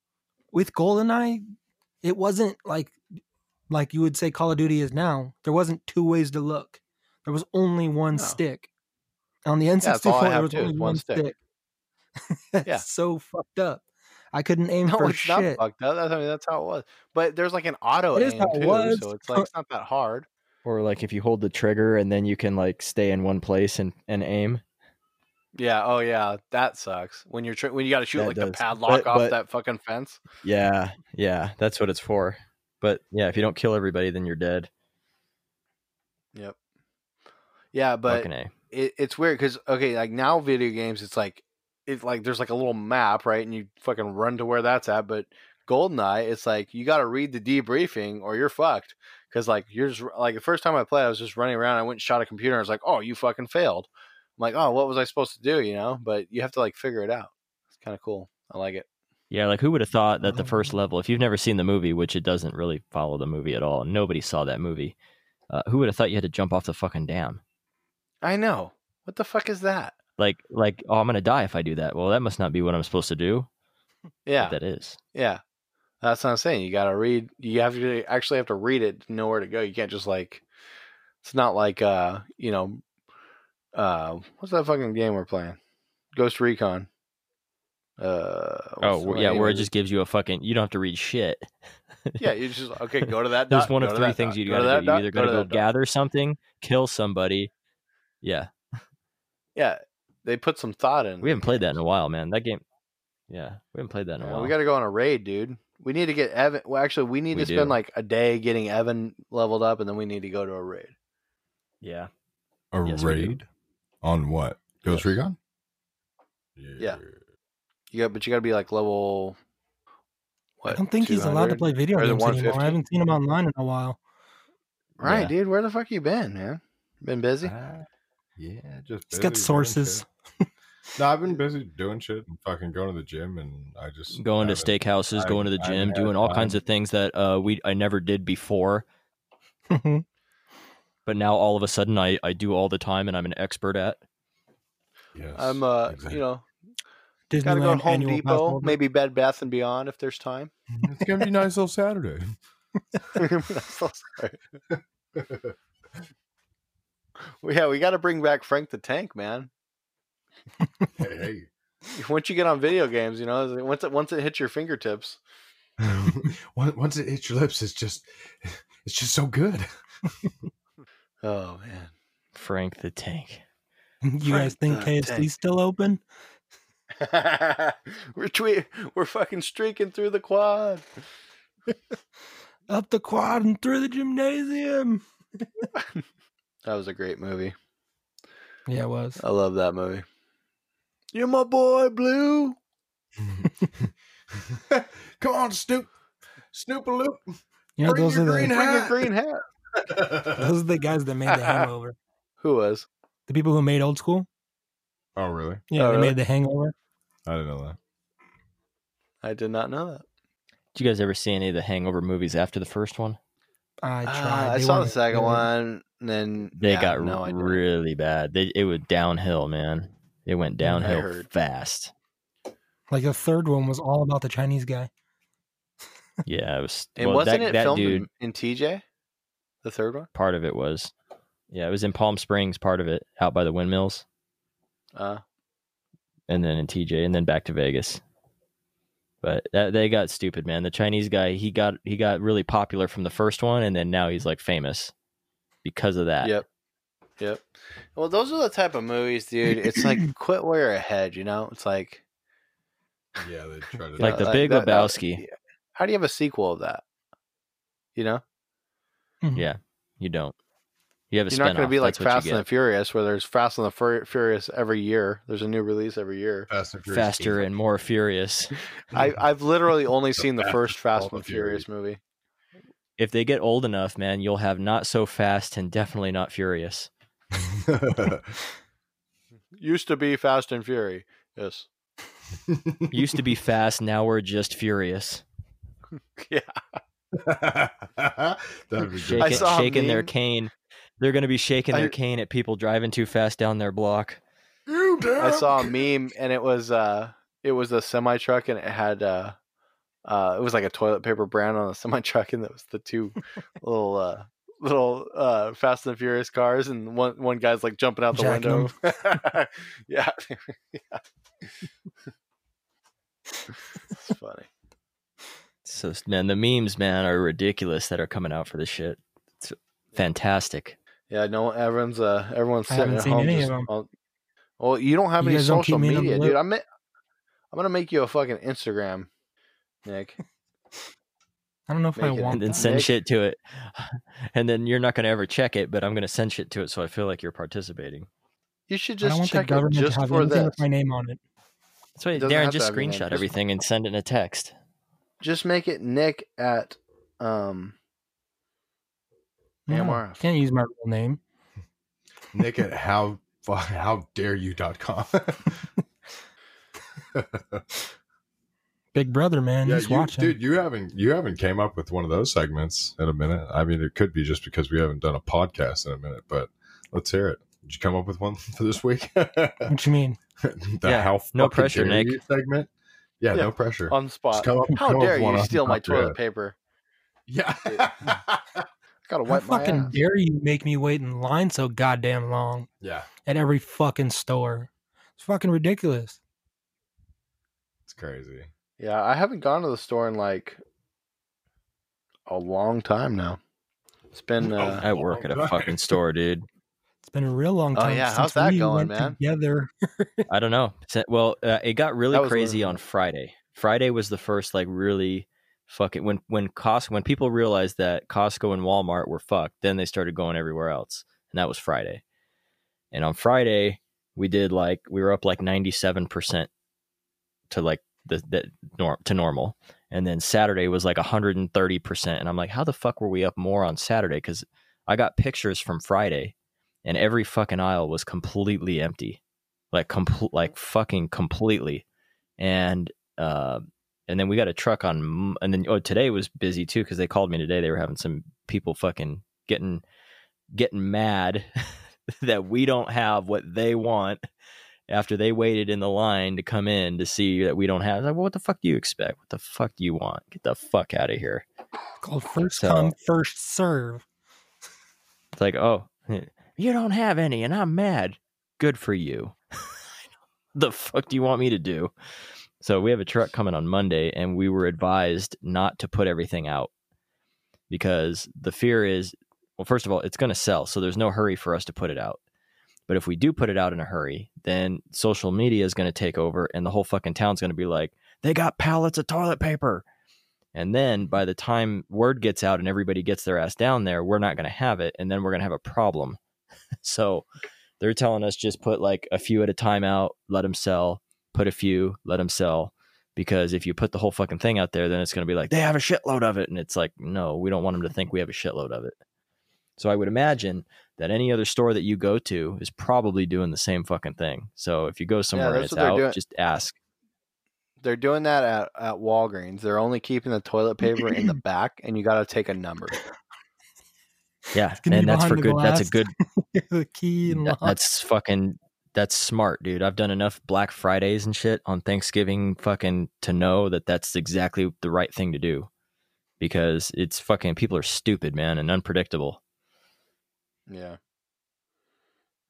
with GoldenEye, it wasn't like like you would say Call of Duty is now. There wasn't two ways to look. There was only one No. stick. On the Oh. that's all I N64, have there was too, is only one one stick. stick. That's Yeah. so fucked up. I couldn't aim No, for it's not shit. fucked up. That's, I mean, that's how it was. But there's like an auto It is aim how it too, was. so it's like it's not that hard. Or like if you hold the trigger and then you can like stay in one place and, and aim. Yeah. Oh yeah, that sucks. When you're tr- when you got to shoot That like the does. padlock But- off but- that fucking fence. Yeah, yeah, that's what it's for. But yeah, if you don't kill everybody, then you're dead. Yep. Yeah, but Fucking A. it, it's weird because okay, like now video games, it's like it's like there's like a little map, right? And you fucking run to where that's at. But Goldeneye, it's like you got to read the debriefing or you're fucked. Because like you're just like the first time I played, I was just running around. I went and shot a computer. And I was like, oh, you fucking failed. I'm like, oh, what was I supposed to do? You know? But you have to like figure it out. It's kind of cool. I like it. Yeah, like who would have thought that the Oh. first Um, level, if you've never seen the movie, which it doesn't really follow the movie at all, nobody saw that movie. Uh, who would have thought you had to jump off the fucking dam? I know. What the fuck is that? Like, like, oh, I'm gonna die if I do that. Well, that must not be what I'm supposed to do. Yeah, But that is. yeah. That's what I'm saying. You got to read. You have to actually have to read it to know where to go. You can't just like. It's not like uh, you know, uh, what's that fucking game we're playing? Ghost Recon. Uh. Oh, what's w- the yeah, name where it of just gives you a fucking. You don't have to read shit. Yeah, you just okay. Go to that. There's dot, one go of to three that things dot, you go to gotta that do. You dot, either go to gotta go that dot. gather something, kill somebody. Yeah, Yeah, they put some thought in. we haven't played that in a while, man. That game. Yeah, we haven't played that in a Yeah, while. we got to go on a raid, dude. We need to get Evan. Well, actually, we need We to spend do. like a day getting Evan leveled up, and then we need to go to a raid. yeah, A Yes, we do. raid on what? Yes. Ghost Recon. Yeah. You got, but you got to be like level. What, I don't think he's allowed to 200? play video Or is it games anymore. 150? I haven't seen him online in a while. Right, Yeah. dude. Where the fuck you been, man? Been busy? Ah, yeah, just He's busy doing got sources. shit. No, I've been busy doing shit and fucking going to the gym, and I just going to haven't- steakhouses, I- going to the I gym, haven't doing had all time. kinds of things that uh, we I never did before. but now all of a sudden I, I do all the time and I'm an expert at. Yes, I'm, uh, exactly. you know, Disneyland gotta go to Home annual pass Depot, holder. maybe Bed Bath and Beyond if there's time. it's gonna be a nice little Saturday. I'm so sorry. Well, yeah, we got to bring back Frank the Tank, man. Hey, hey. Once you get on video games, you know, it's like once it once it hits your fingertips, once once it hits your lips, it's just it's just so good. oh man, Frank the Tank. you guys Frank think the KFC's Tank. still open? we're tweet, we're fucking streaking through the quad. Up the quad and through the gymnasium. That was a great movie. Yeah, it was. I love that movie. You're my boy, Blue. Come on, Snoop, Snoop a loop. You know, Bring those your are green the Bring your hat. green hat. those are the guys that made the hangover. Who was? The people who made old school. oh, really? Yeah, Oh, they really? made the hangover. I didn't know that. I did not know that. Did you guys ever see any of the Hangover movies after the first one? I Ah, tried. I They saw the weren't second good. one, and then They yeah, got no, I didn't. really bad. They, it was downhill, man. It went Yeah, I downhill heard. fast. Like the third one was all about the Chinese guy. Yeah, it was. And well, wasn't that, it that filmed dude, in, in TJ? The third one. part of it was. Yeah, it was in Palm Springs, part of it, out by the windmills, Uh, and then in TJ, and then back to Vegas. But that, they got stupid, man. The Chinese guy, he got he got really popular from the first one, and then now he's like famous because of that. Yep. Yep. Well, those are the type of movies, dude. It's like quit wear ahead, you know? It's like Yeah, they tried to you Like know, the Big Lebowski. yeah. How do you have a sequel of that? You know? Mhm. Yeah. You don't. You have a You're not going spinoff. to be like That's what Fast you and the get. Furious, where there's Fast and the Fur- Furious every year. There's a new release every year. Fast and Furious Faster eight. and more furious. I, I've literally only The seen the first fastest of Fast all and the Furious movie. If they get old enough, man, you'll have not so fast and definitely not furious. Used to be Fast and Fury. Yes. Used to be fast, now we're just furious. Yeah. That'd be I good. Shaking, saw a shaking their meme- cane. They're going to be shaking I- their cane at people driving too fast down their block. You I saw a meme and it was uh it was a semi truck and it had uh uh it was like a toilet paper brand on the semi truck and that was the two little uh little uh Fast and Furious cars and one one guy's like jumping out the Jacking window. yeah. yeah. it's funny. So, man, the memes, man, are ridiculous that are coming out for this shit. It's fantastic. Yeah, no everyone's uh everyone's I sitting haven't at seen home any of just them. all- Well, you don't have You any guys don't keep social me in on the media, loop? dude. I'm I'm gonna make you a fucking Instagram, Nick. I don't know if I Make it want And then that. send Nick- shit to it. And then you're not going to ever check it, but I'm going to send shit to it so I feel like you're participating. You should I just don't want the check it government just to have for anything this. with my name on it. That's why, It doesn't Darren, have to just have your name, screenshot just- everything and send it in a text. Just make it Nick at um No, AMRF. I Mm-hmm. can't use my real name. Nick at how how dare you dot com. Big brother, man. yeah, he's you, watching. dude, you haven't you haven't came up with one of those segments in a minute. I mean, it could be just because we haven't done a podcast in a minute, but let's hear it. Did you come up with one for this week? the What you mean? Yeah, how no fucking pressure, dare Nick. Uh, you segment. Yeah, Yeah. no pressure. on the Just spot. come up- How come up dare with one you off the steal my top of your toilet paper? head. Yeah. I gotta How wipe my fucking ass. dare you make me wait in line so goddamn long yeah. at every fucking store? It's fucking ridiculous. It's crazy. Yeah, I haven't gone to the store in like a long time now. It's been Oh. uh, I work at a fucking store, dude. It's been a real long Oh, time. yeah, since how's that we going, went man? Together. I don't know. Sa- Well, uh, it got really That was crazy literally- on Friday. Friday was the first like really fucking when when cost when people realized that Costco and Walmart were fucked, then they started going everywhere else, and that was Friday. And on Friday, we did like we were up like ninety seven percent to like the that norm to normal, and then Saturday was like hundred and thirty percent, and I'm like, how the fuck were we up more on Saturday? Because I got pictures from Friday, and every fucking aisle was completely empty like complete like fucking completely and uh and then we got a truck on M- and then oh today was busy too because they called me today they were having some people fucking getting getting mad that we don't have what they want after they waited in the line to come in to see that we don't have like well, what the fuck do you expect what the fuck do you want get the fuck out of here It's called first So- come, first serve. it's like oh you don't have any and i'm mad good for you the fuck do you want me to do? So we have a truck coming on Monday, and we were advised not to put everything out because the fear is, well, first of all, it's going to sell, so there's no hurry for us to put it out. But if we do put it out in a hurry, then social media is going to take over, and the whole fucking town's going to be like, they got pallets of toilet paper. And then by the time word gets out and everybody gets their ass down there, we're not going to have it. And then we're going to have a problem. so they're telling us just put like a few at a time out, let them sell, put a few, let them sell. Because if you put the whole fucking thing out there, then it's going to be like, they have a shitload of it. And it's like, no, we don't want them to think we have a shitload of it. So I would imagine that any other store that you go to is probably doing the same fucking thing. So if you go somewhere and that's it's what they're out, doing. just ask. They're doing that at, at Walgreens. They're only keeping the toilet paper in the back, and you got to take a number. Yeah. gonna be And that's for behind the good. That's a glass. good the key and Th- lock. That's fucking. That's smart, dude. I've done enough Black Fridays and shit on Thanksgiving fucking to know that that's exactly the right thing to do because it's fucking people are stupid, man, and unpredictable. Yeah.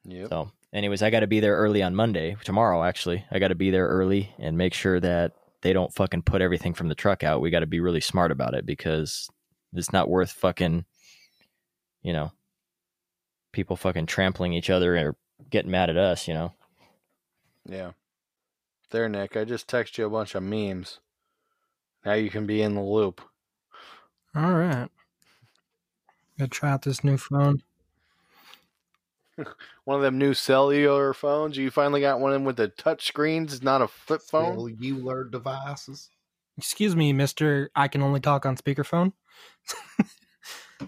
Yep. So, anyways, I got to be there early on Monday, tomorrow actually. I got to be there early and make sure that they don't fucking put everything from the truck out. We got to be really smart about it because it's not worth fucking, you know, people fucking trampling each other or getting mad at us, you know. Yeah. There, Nick. I just text you a bunch of memes. Now you can be in the loop. All right. Gotta try out this new phone. One of them new cellular phones. You finally got one of them with the touch screens. It's not a flip phone. Cellular devices. Excuse me, Mister. I can only talk on speakerphone.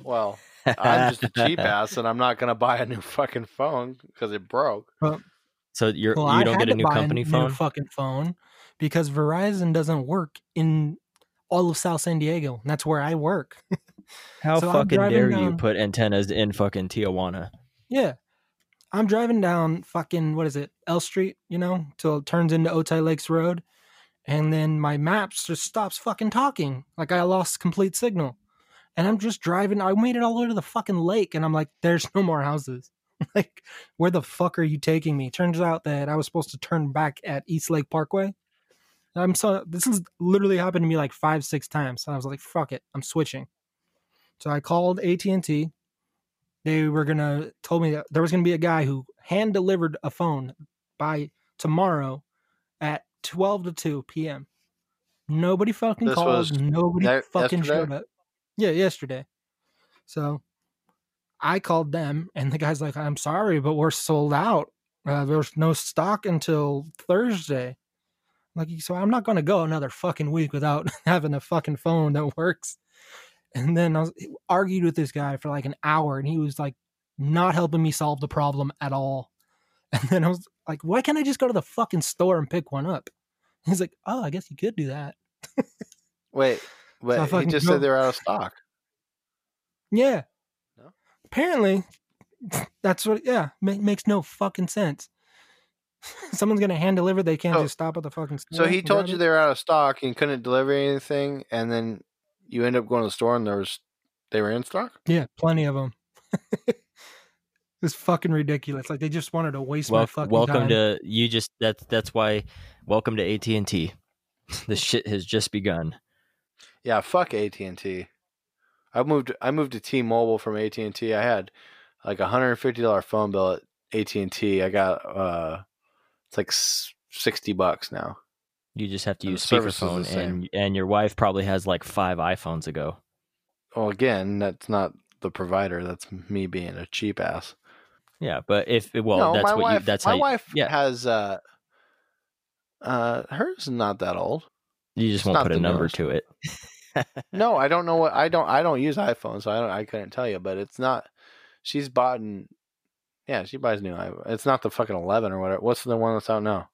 Well, I'm just a cheap ass, and I'm not gonna buy a new fucking phone because it broke. So you're Well, you I don't had get a to new buy company phone. fucking phone because Verizon doesn't work in all of South San Diego. And that's where I work. How So I'm fucking driving dare you down- put antennas in fucking Tijuana? yeah. I'm driving down fucking what is it? L Street, you know, till it turns into Otay Lakes Road. And then my maps just stops fucking talking. Like I lost complete signal. And I'm just driving. I made it all the way to the fucking lake and I'm like, there's no more houses. like, where the fuck are you taking me? Turns out that I was supposed to turn back at East Lake Parkway. And I'm so this has literally happened to me like five, six times. And I was like, fuck it. I'm switching. So I called AT&T they were gonna told me that there was gonna be a guy who hand delivered a phone by tomorrow at twelve to two p.m. Nobody fucking This called. was Nobody that- fucking yesterday? showed up. Yeah, yesterday. So I called them, and the guy's like, "I'm sorry, but we're sold out. Uh, there's no stock until Thursday." Like, so I'm not gonna go another fucking week without having a fucking phone that works. And then I was, argued with this guy for like an hour, and he was like not helping me solve the problem at all. And then I was like, "Why can't I just go to the fucking store and pick one up?" He's like, "Oh, I guess you could do that." Wait, I but he fucking just drove- said they're out of stock. Yeah. No? Apparently, that's what. Yeah, ma- makes no fucking sense. Someone's gonna hand deliver. They can't So- just stop at the fucking. Store Oh, So he and told grab you it? they're out of stock and couldn't deliver anything, and then you end up going to the store and there was they were in stock. Yeah, plenty of them. it's fucking ridiculous. Like they just wanted to waste my Wel- fucking welcome time. to you. Just that's that's why. Welcome to AT and T. This shit has just begun. Yeah, fuck AT and T. I moved. I moved to T-Mobile from AT and T. I had like a hundred and fifty dollar phone bill at AT and T. I got uh, it's like s- sixty bucks now. You just have to And the use service is the speakerphone, same. and and your wife probably has like five iPhones ago. Well, again, that's not the provider. That's me being a cheap ass. Yeah, but if well, no, that's my what wife. you. That's my how you, wife yeah. has uh, uh, hers is not that old. you just it's won't not put a the number newest. to it. No, I don't know what I don't I don't use iPhone, so I don't I couldn't tell you, but it's not she's bought and yeah, she buys new iPhone. It's not the fucking eleven or whatever. What's the one that's out now?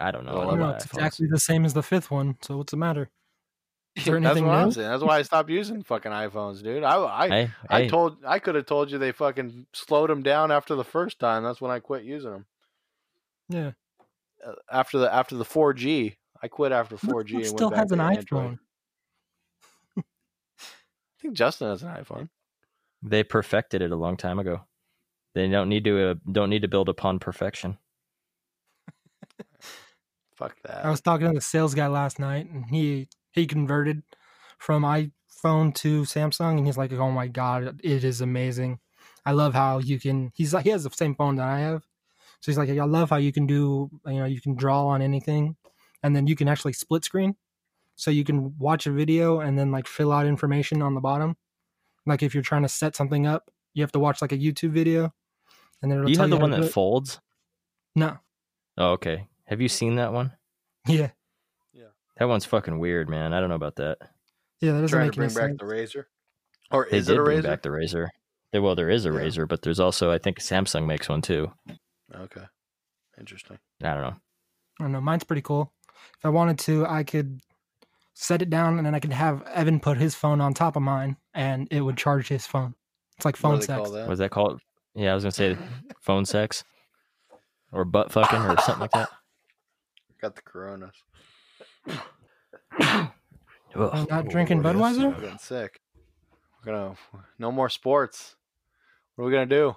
I don't know. Well, I I I don't love don't know, buy it's iPhones. exactly the same as the fifth one. So what's the matter? Is there That's anything what I'm new? saying. That's why I stopped using fucking iPhones, dude. I I Hey, I hey, told I could have told you they fucking slowed them down after the first time. That's when I quit using them. Yeah, After the after the 4G, I quit after Who 4G the fuck and went still back has to an Android. iPhone. I think Justin has an iPhone. they perfected it a long time ago. They don't need to uh, don't need to build upon perfection. Fuck that. I was talking to the sales guy last night, and he he converted from iPhone to Samsung, and he's like, "Oh my god, it is amazing! I love how you can." He's like, he has the same phone that I have, so he's like, "I love how you can do, you know, you can draw on anything, and then you can actually split screen, so you can watch a video and then like fill out information on the bottom, like if you're trying to set something up, you have to watch like a YouTube video, and then it'll you tell have the how one to that do it. folds. no, Oh, okay. Have you seen that one? yeah, That one's fucking weird, man. I don't know about that. yeah, that doesn't Trying make to any bring back sense. the razor, or They is did it a bring razor? back the razor. There, well, there is a Yeah. razor, but there's also I think Samsung makes one too. Okay, interesting. I don't know. I don't know. Mine's pretty cool. If I wanted to, I could set it down and then I could have Evan put his phone on top of mine and it would charge his phone. It's like What phone do they sex. call that? What's that called? Yeah, I was gonna say phone sex or butt fucking or something like that. Got the Coronas. I'm Ugh. not drinking Lord, yes, Budweiser? I'm getting sick. We're gonna no more sports. What are we gonna do?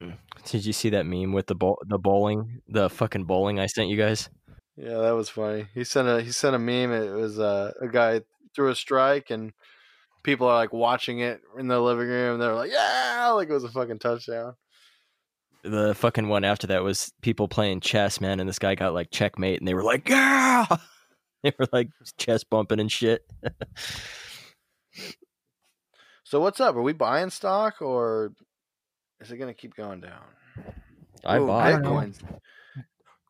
Did you see that meme with the bowl, the bowling, the fucking bowling I sent you guys? Yeah, that was funny. He sent a he sent a meme. It was uh, a guy threw a strike, and people are like watching it in the living room. They're like, "Yeah!" Like it was a fucking touchdown. The fucking one after that was people playing chess, man, and this guy got like checkmate, and they were like, yeah, they were like chest bumping and shit. So what's up? Are we buying stock, or is it gonna keep going down? I Ooh, I bought. don't know. Bitcoin's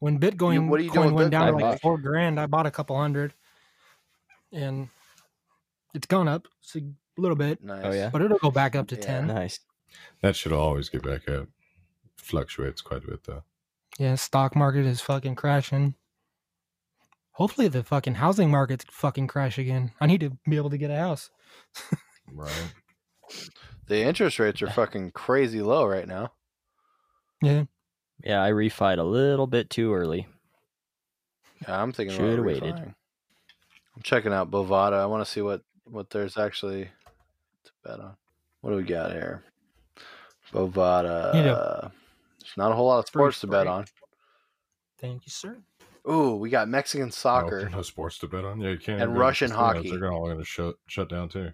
When Bitcoin what are you doing with coin went down Bitcoin? to I like bought- four grand, I bought a couple hundred and it's gone up s- a little bit, nice. Oh, yeah? but it'll go back up to Yeah. 10. Nice. That should always get back up. Fluctuates quite a bit though. Yeah, stock market is fucking crashing. Hopefully the fucking housing markets fucking crash again. I need to be able to get a house. Right. The interest rates are fucking crazy low right now. Yeah. Yeah, I refied a little bit too early. Yeah, I'm thinking Should've about waited. waited. I'm checking out Bovada. I want to see what what there's actually to bet on. What do we got here? Bovada. You know. There's not a whole lot of Free sports to bet strike. on. Thank you, sir. Ooh, we got Mexican soccer. No, no sports to bet on. Yeah, you can't. And even go to Russian casinos. hockey. They're all going to shut shut down too.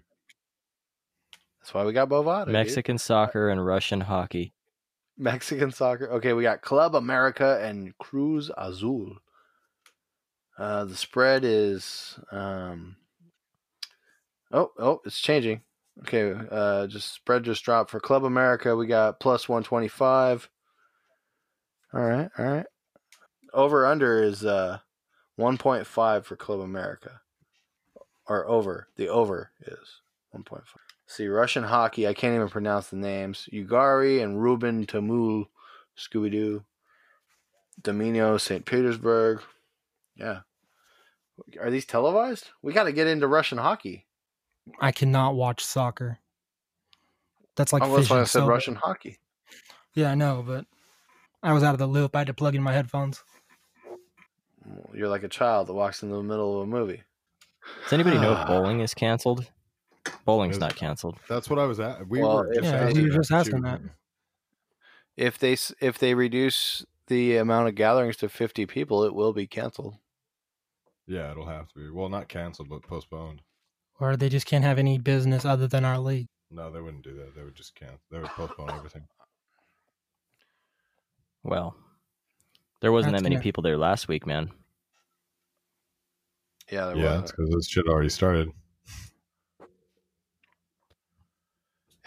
That's why we got Bovada. dude. Mexican soccer and Russian hockey. Mexican soccer. Okay, we got Club America and Cruz Azul. Uh, the spread is um Oh, oh, it's changing. Okay, uh just spread just dropped for Club America. We got plus 125. All right, all right. Over under is uh 1.5 for Club America. Or over. The over is 1.5. See, Russian hockey, I can't even pronounce the names. Ugari and Ruben Tamul, Scooby Doo, Domino, St. Petersburg. Yeah. Are these televised? We got to get into Russian hockey. I cannot watch soccer. That's like oh, that's why fishing I said so- Russian hockey. Yeah, I know, but I was out of the loop. I had to plug in my headphones. You're like a child that walks in the middle of a movie. Does anybody know Ah. if bowling is canceled? Bowling's not canceled. That's what I was at. We Well, were. if just they- asking You were just that, asking too. that. If they s- if they reduce the amount of gatherings to 50 people, it will be canceled. Yeah, it'll have to be. Well, not canceled, but postponed. Or they just can't have any business other than our league. No, they wouldn't do that. They would just cancel. They would postpone everything. Well, there wasn't That's that many gonna- people there last week, man. Yeah, there yeah, was. because this shit already started.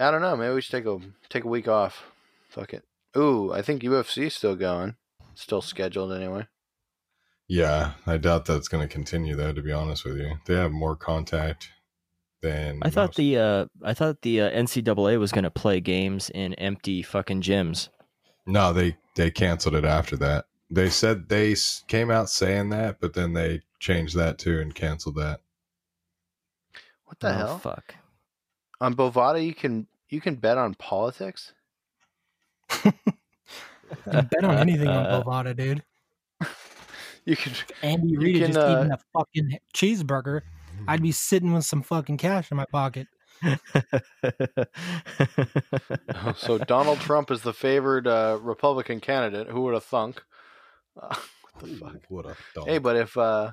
I don't know. Maybe we should take a take a week off. Fuck it. Ooh, I think UFC's still going. Still scheduled anyway. Yeah, I doubt that's going to continue though. To be honest with you, they have more contact than I thought most. the uh, I thought the uh, NCAA was gonna play games in empty fucking gyms. No, they they canceled it after that. They said they s- came out saying that, but then they changed that too and canceled that. What the oh hell? fuck! On Bovada, you can you can bet on politics. You can bet on anything on Bovada, dude. You can. Andy You Reid is can, just uh, eating a fucking cheeseburger. Hmm. I'd be sitting with some fucking cash in my pocket. So Donald Trump is the favored uh, Republican candidate. Who would have thunk? Uh, the fuck? What a dog. Hey, but if uh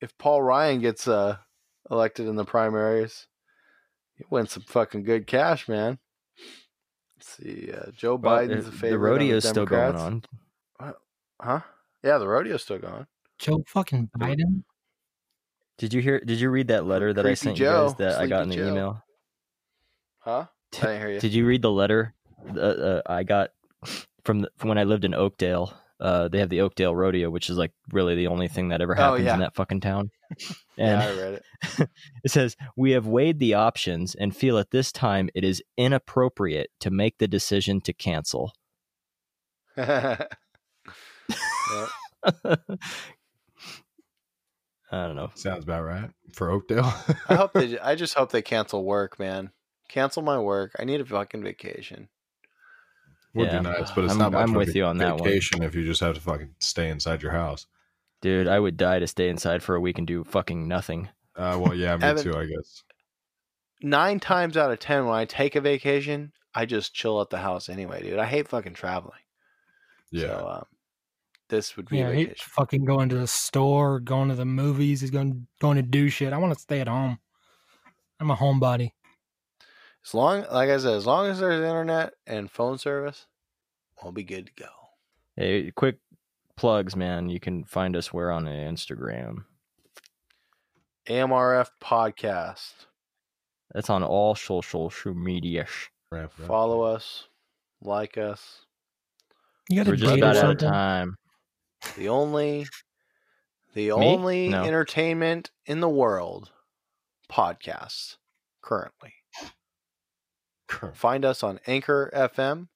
if Paul Ryan gets uh elected in the primaries, he wins some fucking good cash, man. Let's see, uh, Joe Well, Biden's a the- favorite. the on rodeo's still going Democrats. on. huh? Yeah, the rodeo's still going. Joe fucking Biden. Did you hear? Did you read that letter that I Creepy sent Joe, you guys that I got in the Sleepy Joe. email? Huh? I didn't hear you. Did you read the letter uh, uh, I got from, the, from when I lived in Oakdale? Uh, they have the Oakdale Rodeo, which is like really the only thing that ever happens Oh, yeah. in that fucking town. And yeah, I read it. it says, We have weighed the options and feel at this time it is inappropriate to make the decision to cancel. yeah, I don't know. Sounds about right for Oakdale. I hope they. I just hope they cancel work, man. Cancel my work. I need a fucking vacation. Would Yeah. be nice, but it's I'm- not. Much I'm of a with you on that one. vacation if you just have to fucking stay inside your house. Dude, I would die to stay inside for a week and do fucking nothing. Uh, well, yeah, me Evan- too. I guess. Nine times out of ten, when I take a vacation, I just chill at the house anyway, dude. I hate fucking traveling. Yeah, So, um, this would be a Yeah, he's vacation. fucking going to the store, going to the movies. He's going going to do shit. I want to stay at home. I'm a homebody. As long, like I said, as long as there's internet and phone service, we'll be good to go. Hey, quick plugs, man. You can find us where on Instagram. AMRF podcast. That's on all social media. Wrap it up. Follow us, like us. You got We're a just date or about out of something? time. The only, the Me? only No. entertainment in the world podcasts currently. Find us on Anchor FM,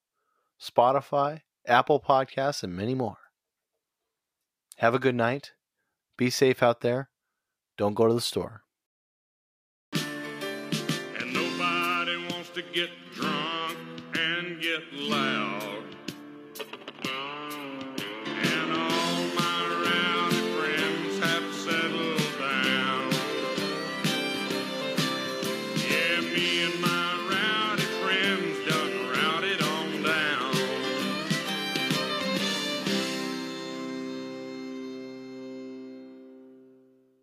Spotify, Apple Podcasts, and many more. Have a good night. Be safe out there. Don't go to the store. And nobody wants to get drunk and get loud.